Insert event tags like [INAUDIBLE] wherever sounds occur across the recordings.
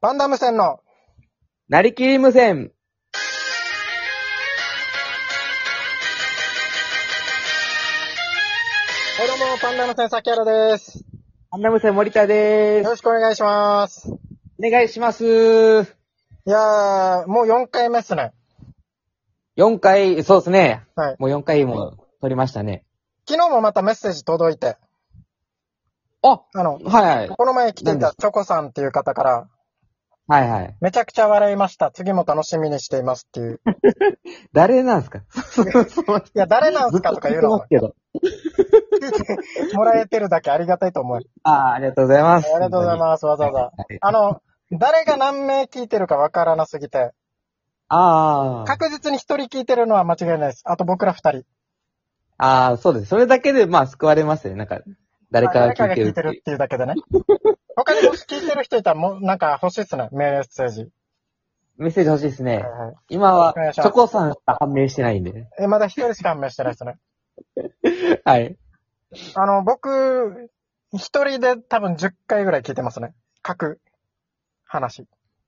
パンダム線の、なりきり無線。はいどうも、パンダム線崎原です。パンダ無線森田でよす。ろしくお願いします。お願いします。4いやー、もう4回目っすね。回、そうですね。はい。もう4回も撮りましたね。昨日もまたメッセージ届いて、ああの、はい。この前来てい何でたチョコさんっていう方から、はいはい。めちゃくちゃ笑いました。次も楽しみにしていますっていう。誰なんすかそうそうそういや、誰なんすかとか言うのずっと言ってますけ [LAUGHS] ど。もらえてるだけありがたいと思う。ああ、ありがとうございまあす。りがとうございます、わざわざ。はいあの、誰が何名聞いてるかわからなすぎて、ああ。確実に1人聞いてるのは間違いないです。あと僕ら2人。ああ、そうです。それだけで、まあ、救われますね。なんか、誰かが聞いて誰るってかが聞いているう。っていうだけでね。 [LAUGHS] 他にもし聞いてる人いたら、もうなんか欲しいっすね、メッセージ。メッセージ欲しいですねはい。はい今はお願い、しチますョコさんしか判明してないんで。え、まだ一人しか判明してないっすね。はい。あの、僕、一人で多分10回ぐらい聞いてますね。各話。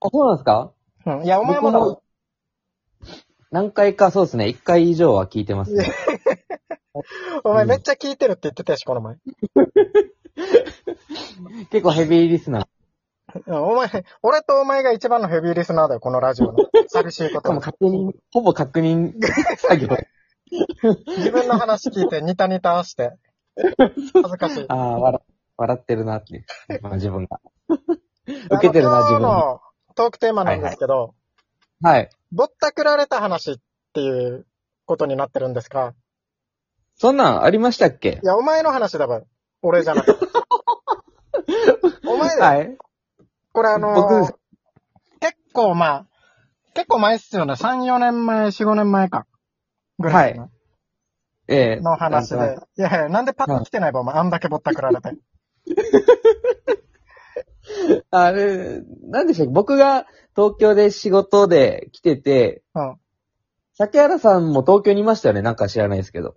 あ、そうなんですかうん。いや、お前も僕もだ。何回か、そうですね。1回以上は聞いてますね。お前めっちゃ聞いてるって言ってたし、この前。結構ヘビーリスナー。うん、お前、俺とお前が一番のヘビーリスナーだよ、このラジ [LAUGHS] オの。寂しいこしかともに。確認、ほぼ確 [LAUGHS] 認作業。自分の話聞いてニタニタして。恥ずかしい。ああ、笑、笑ってるなって。まあ自分が。受けてるな、あの今日自分に。のトークテーマなんですけど、はい。ぼったくられた話っていうことになってるんですかそんなんありましたっけいや、お前の話だばよ。俺じゃな [LAUGHS] くて。お前だよ。はい。これあのー僕です結構まあ、結構前っすよね。3、4年前、4、5年前か。ぐらいかなええの話なんでと。いやいや、なんでパッと来てないば、お前。あんだけぼったくられて。なくあれ、なんでしたっけ僕が東京で仕事で来てて、うん。崎原さんも東京にいましたよね。なんか知らないですけど。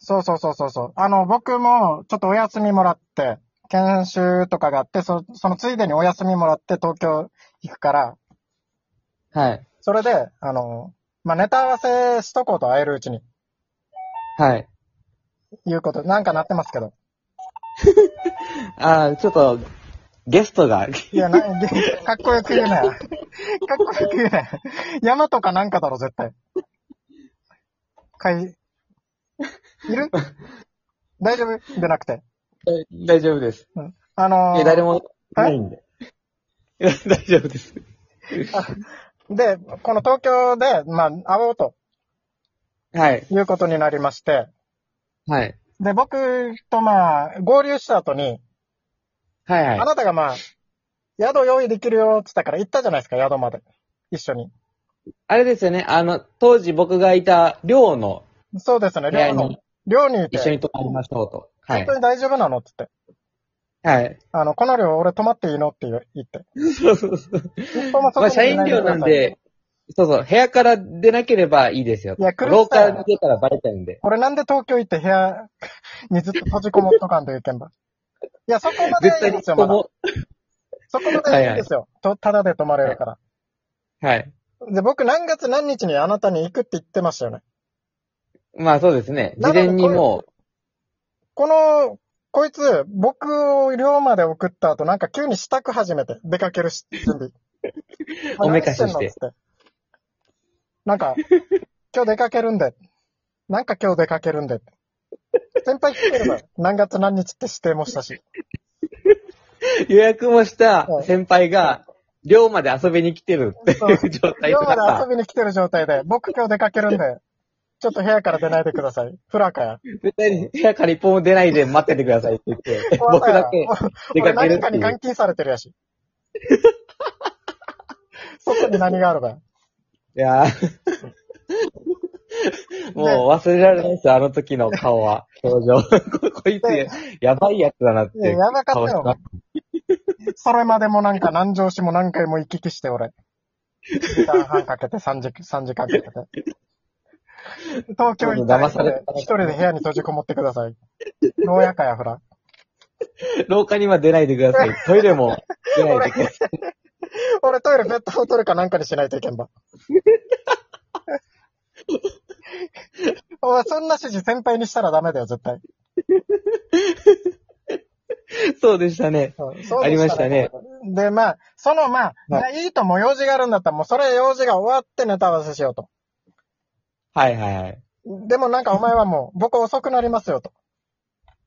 そうそうそうそうそう。あの、僕も、ちょっとお休みもらって、研修とかがあって、そそのついでにお休みもらって東京行くから、はい。それで、あの、まあ、ネタ合わせしとこうと会えるうちに、はい。いうこと、なんかなってますけど。ああ、ちょっと、ゲストが、い [LAUGHS] や、な、でかっこよく言うなよ。かっこよく言うなよ。山とかなんかだろ、絶対。かい、いる大丈夫でなくて。 [LAUGHS] 大丈夫です。あのーえ、誰も、ないんで。 [LAUGHS] 大丈夫です。で、この東京で、まあ、会おうとはい。いうことになりまして、はい。で、僕とまあ、合流した後に、はいはいあ。なたがまあ、宿用意できるよって言ったから行ったじゃないですか、宿まで。一緒に。あれですよね、あの、当時僕がいた寮のそうですね、部屋寮のに。寮にいて、一緒に泊まりましょうと。は本い当。に大丈夫なのって言って。はい。あの、この量俺泊まっていいのって言 [LAUGHS] って。そうそうそう。一歩もまあ、外に社出員ない寮くださないん。で、そうそう、部屋から出なければいいですよ。いや苦しさ廊下に出たらバレちゃうんで。俺なんで東京行って部屋にずっと閉じこもっとかんという件だ。いや、そこまで絶はいい対んにですよ、人まだ。も、そこまではいいんですよ。と、ただで泊まれるから。はい。で、僕何月何日にあなたに行くって言ってましたよね。まあそうですね。な事ので前にも。この、こいつ、僕を寮まで送った後、なんか急に支度始めて、出かけるし準備 [LAUGHS] おめかしして何んのっつってなんか、 [LAUGHS] 今日出かけるんで。なんか今日出かけるんで。先輩来て [LAUGHS] るわ。何月何日って指定もしたし。う予約もしたはい先輩が、寮まで遊びに来てるってそういう状態寮 [LAUGHS] だまでった遊。びに来てる状態で、僕今日出かけるんで、ちょっと部屋から出ないでください。フラカや。絶対に部屋から一歩も出ないで待っててくださいって言って、僕だけ出俺かける何かってにいう監。禁されてるや [LAUGHS] し。外に何があるばよ。いや [LAUGHS] ーもう忘れられないですよ、あの時の顔は、表情。 [LAUGHS] ここいつで、やばいやつだなっていや、いうやばかっ顔たしてよま。それまでもなんか南城市も何回も行き来して、俺。1時間半かけて、3時、三時間かけて。東京行ったら騙された一人で部屋に閉じこもってください。牢屋かや、ほら。す。廊下には出ないでください。トイレも出ないでください。俺トイレペットボトルかなんかにしないといけんだ。お前、そんな指示先輩にしたらダメだよ、絶対。そうでしたね。うんそうあでりましたね。で、まあ、そのまあ、、はいいとも用事があるんだったら、もうそれ用事が終わってネタ合わせしようと。はいはいはい。でもなんかお前はもう、僕遅くなりますよと。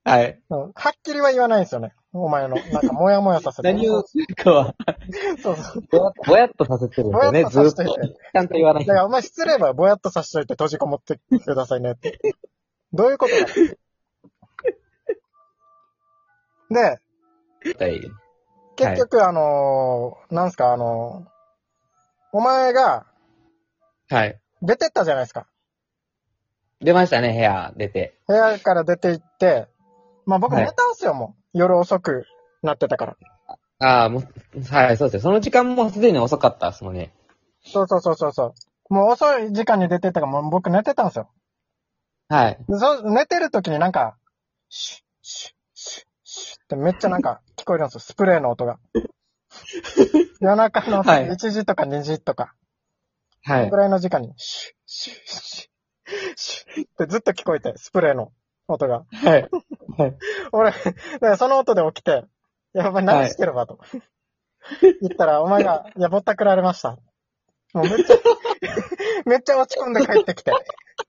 はい。うんはっきりは言わないんですよね。お前の、なんかもやもやさせて。何をするかは、そうそう。ぼやっぼやっとさせてるんですよね、ぼずやっとさーっせてと。るちゃんと言わなだいか。らお前失礼ばぼやっとさしといて閉じこもってくださいねって。どういうことだで、はい。結局あのーなんすかあのーお前がはい。出てったじゃないですか。出ましたね、部屋出て。部屋から出て行って、まあ僕はい寝たんすよ、もう。夜遅くなってたから。ああ、もう、はい、そうですよ。その時間もすでに遅かったですもんね。そうそうそうそうそう。もう遅い時間に出てったから、もう僕寝てたんすよ。はい。でそ寝てる時になんか、シュッシュッシュッシュッってめっちゃなんか聞こえるんですよ、スプレーの音が。夜中のはい1時とか2時とか、はぐらいの時間に、シュッシュッシュッシュッってずっと聞こえて、スプレーの音が。はい。はい。 [LAUGHS] 俺、だからその音で起きて、やばい、何してるわと。 [LAUGHS] 言ったら、お前が、いや、ぼったくられました。もうめっちゃ、 [LAUGHS] めっちゃ落ち込んで帰ってきて。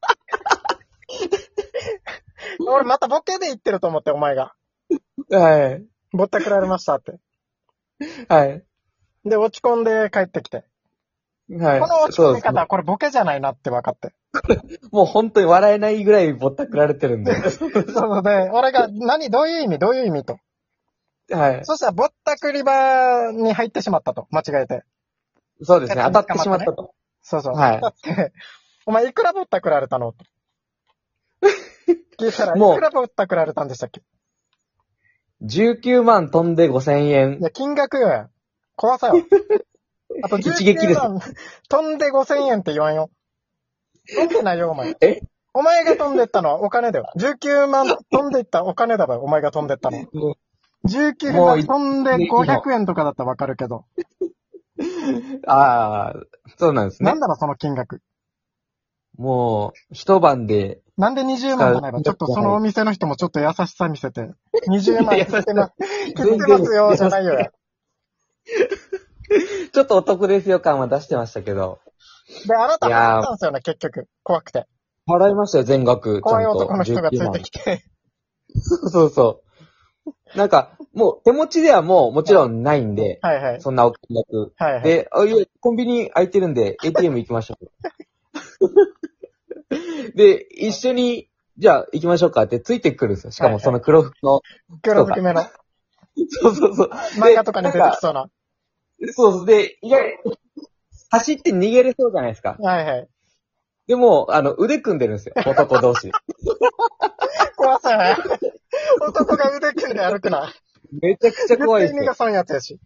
[LAUGHS] 俺またボケで言ってると思って、お前が。はい。ぼったくられましたって。はい。で、落ち込んで帰ってきて。はい。この落ち込みそうで方、これボケじゃないなって分かって。すねもう本当に笑えないぐらいぼったくられてる [LAUGHS] んで。そうで、俺が、何、どういう意味、どういう意味と。はい。そしたら、ぼったくり場に入ってしまったと。間違えて。そうですね。当たってしまったと。そうそう。はいだって、 [LAUGHS] お前いくらぼったくられたのと聞いたら、もういくらぼったくられたんでしたっけ19万飛んで5000円い。や、金額よやん。怖さ [LAUGHS] よ。あと一撃です19万。飛んで5000円って言わんよ。飛んでないよ、お前。えお前が飛んでったのはお金だよ。19万飛んでいったお金だわよ、お前が飛んでったの。も19もう万い飛んで500円とかだったらわかるけど。うああ、そうなんですなねん。だろ、その金額。もう、一晩で、なんで20万じゃないわ。ちょっとそのお店の人もちょっと優しさ見せ [LAUGHS] て。20万い切や優しさってます。切ってますよ、じゃないよや。ちょっとお得ですよ感は出してましたけど、で、あなたい払やーったんですよね、結局。怖くて。払いましたよ、全額。ちゃ怖んいと。男の人がつ19い万てきて。そうそうそう。なんか、もう手持ちではもうもちろんないんで、はいはい。そんなお金額。はいはい。で、あ、いや、コンビニ空いてるんで、ATM 行きましょ [LAUGHS] う。で、一緒に、じゃあ行きましょうかってついてくるんですよ。しかもその黒服の。 [LAUGHS] 黒ずくめのそうそうそう。漫画とかに出てきそうな。そうそう。で、いや、走って逃げれそうじゃないですか。はいはい。でも、あの、腕組んでるんですよ。男同 [LAUGHS] 士。怖さや。男が腕組んで歩くな。めちゃくちゃ絶怖いで対す逃よが。さんやつやし。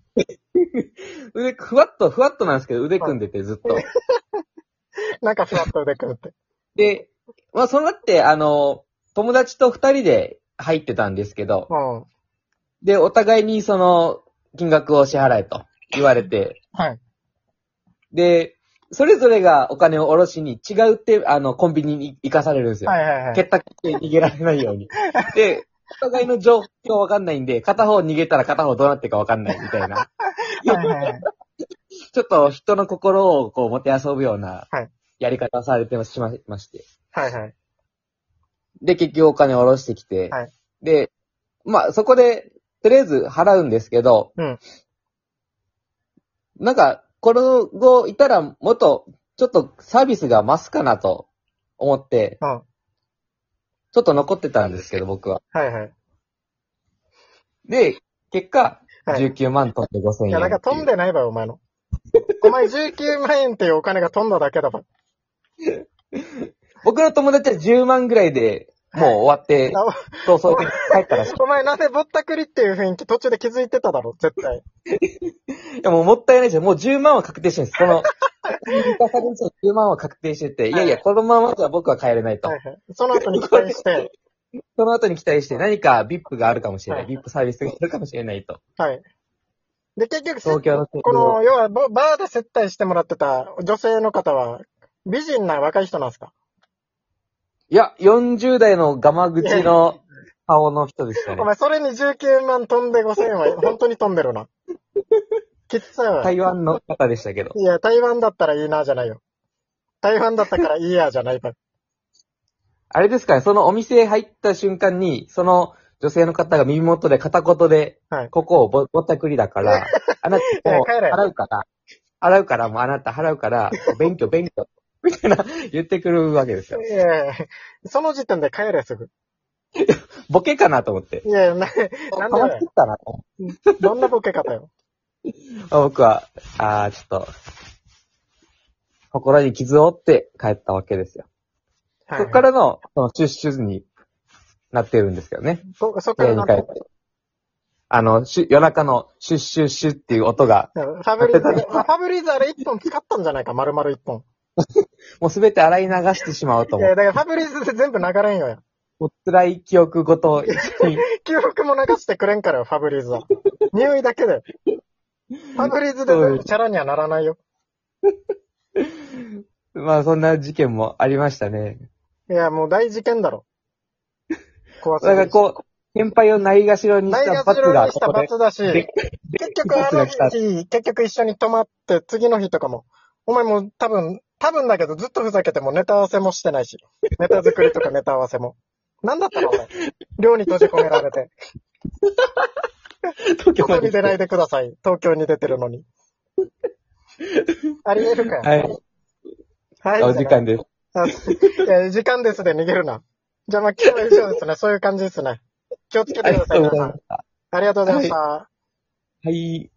腕、ふわっと、ふわっとなんですけど、腕組んでてずっと。なんかふわっと腕組むって。で、まあ、そのだって、あの、友達と二人で入ってたんですけどう、ん。はで、お互いにその、金額を支払えと言われて、い。で、それぞれがお金を下ろしに違うって、あの、コンビニに行かされるんですよ。はいはいはい。結託して逃げられないよ [LAUGHS] うに。で、お互いの状況わかんないんで、片方逃げたら片方どうなってかわかんないみたいな。はいはいはい。ちょっと人の心をこう、もてあそぶようなはい、やり方をされてしまいまして。はいはい。で、結局お金を下ろしてきて、はいで、まあ、そこで、とりあえず払うんですけど、うんなんか、この後いたら、もっと、ちょっとサービスが増すかなと思って、うん。ちょっと残ってたんですけど、僕は。はいはい。で、結果、はい。 19万飛んで5000円。いや、なんか飛ん。でないわよ、お前 [LAUGHS] の。お前19万円っていうお金が飛んだだけだわ。僕の友達は10万ぐらいで、もう終わって、そうそう帰ったらしい。お前なんでぼったくりっていう雰囲気途中で気づいてただろ、絶対。いや、もうもったいないですよ。もう10万は確定してるんで [LAUGHS] す。この、満たされる人10万は確定してて、いやいや、このままじゃ僕は帰れないとは。いはい。その後に期待して、その後に期待して何か VIP があるかもしれなはい [LAUGHS] い。VIP サービスがあるかもしれないと。はい。で、結局せ、東京のこの、要はバ、バーで接待してもらってた女性の方は、美人な若い人なんですかいや、40代のガマ口の顔の人でしたねお。前、それに19万飛んで5000円は、本当に飛んでる [LAUGHS] な。きついわ。台湾の方でしたけど。いや、台湾だったらいいな、じゃないよ。台湾だったからいいや、じゃないか。あれですかね、そのお店入った瞬間に、その女性の方が耳元で片言で、はいここをぼぼったくりだ [LAUGHS] から、あなたもう帰れ払うから、払うから、もうあなた払うから、勉強勉強、みたいな言ってくるわけですよ。 [LAUGHS] いやいやその時点で帰れ、すぐ。ボケかなと思って。いやいや、な、なんでかわだいよ。ったなと思っ [LAUGHS] てどんなボケ方よ。僕は、あー、ちょっと、心に傷を負って帰ったわけですよ。はいそっからの、その、シュッシュになってるんですけどね。そ、そっから家になん帰か、って。あの、シュ夜中のシュッシュッシュッっていう音が、ファブリーズ、ファブリーズあれ1本使ったんじゃないか、丸々1本。もうすべて洗い流してしまうとい思 [LAUGHS] う。や、だからファブリーズで全部流れんよや。もう辛い記憶ごと一緒に、記憶も流してくれんからよ、ファブリー [LAUGHS] ズは。匂いだけで。ファブリーズで全部チャラにはならないよ。まあそんな事件もありましたね。いや、もう大事件だ [LAUGHS] ろ。怖すだぎかるらこう、先輩をないがしろにしないたが罰しろが、にしたここで罰だし、で結局あの日、結局一緒に泊まって、次の日とかも、お前もう多分、多分だけどずっとふざけてもネタ合わせもしてないし、ネタ作りとかネタ合わせも。なんだったのお前。寮に閉じ込められ [LAUGHS] て、東京ま外でに来出てないでください。東京に出てるのに。ありえるかよ。はい、はいお時間です。あす [LAUGHS] いや時間ですで逃げるな。じゃあまあ今日は以上ですね。そういう感じですね。気をつけあてりくだがさとい、うご皆ざいさまんし。た。ありがとうございました。はい。ありがとうございます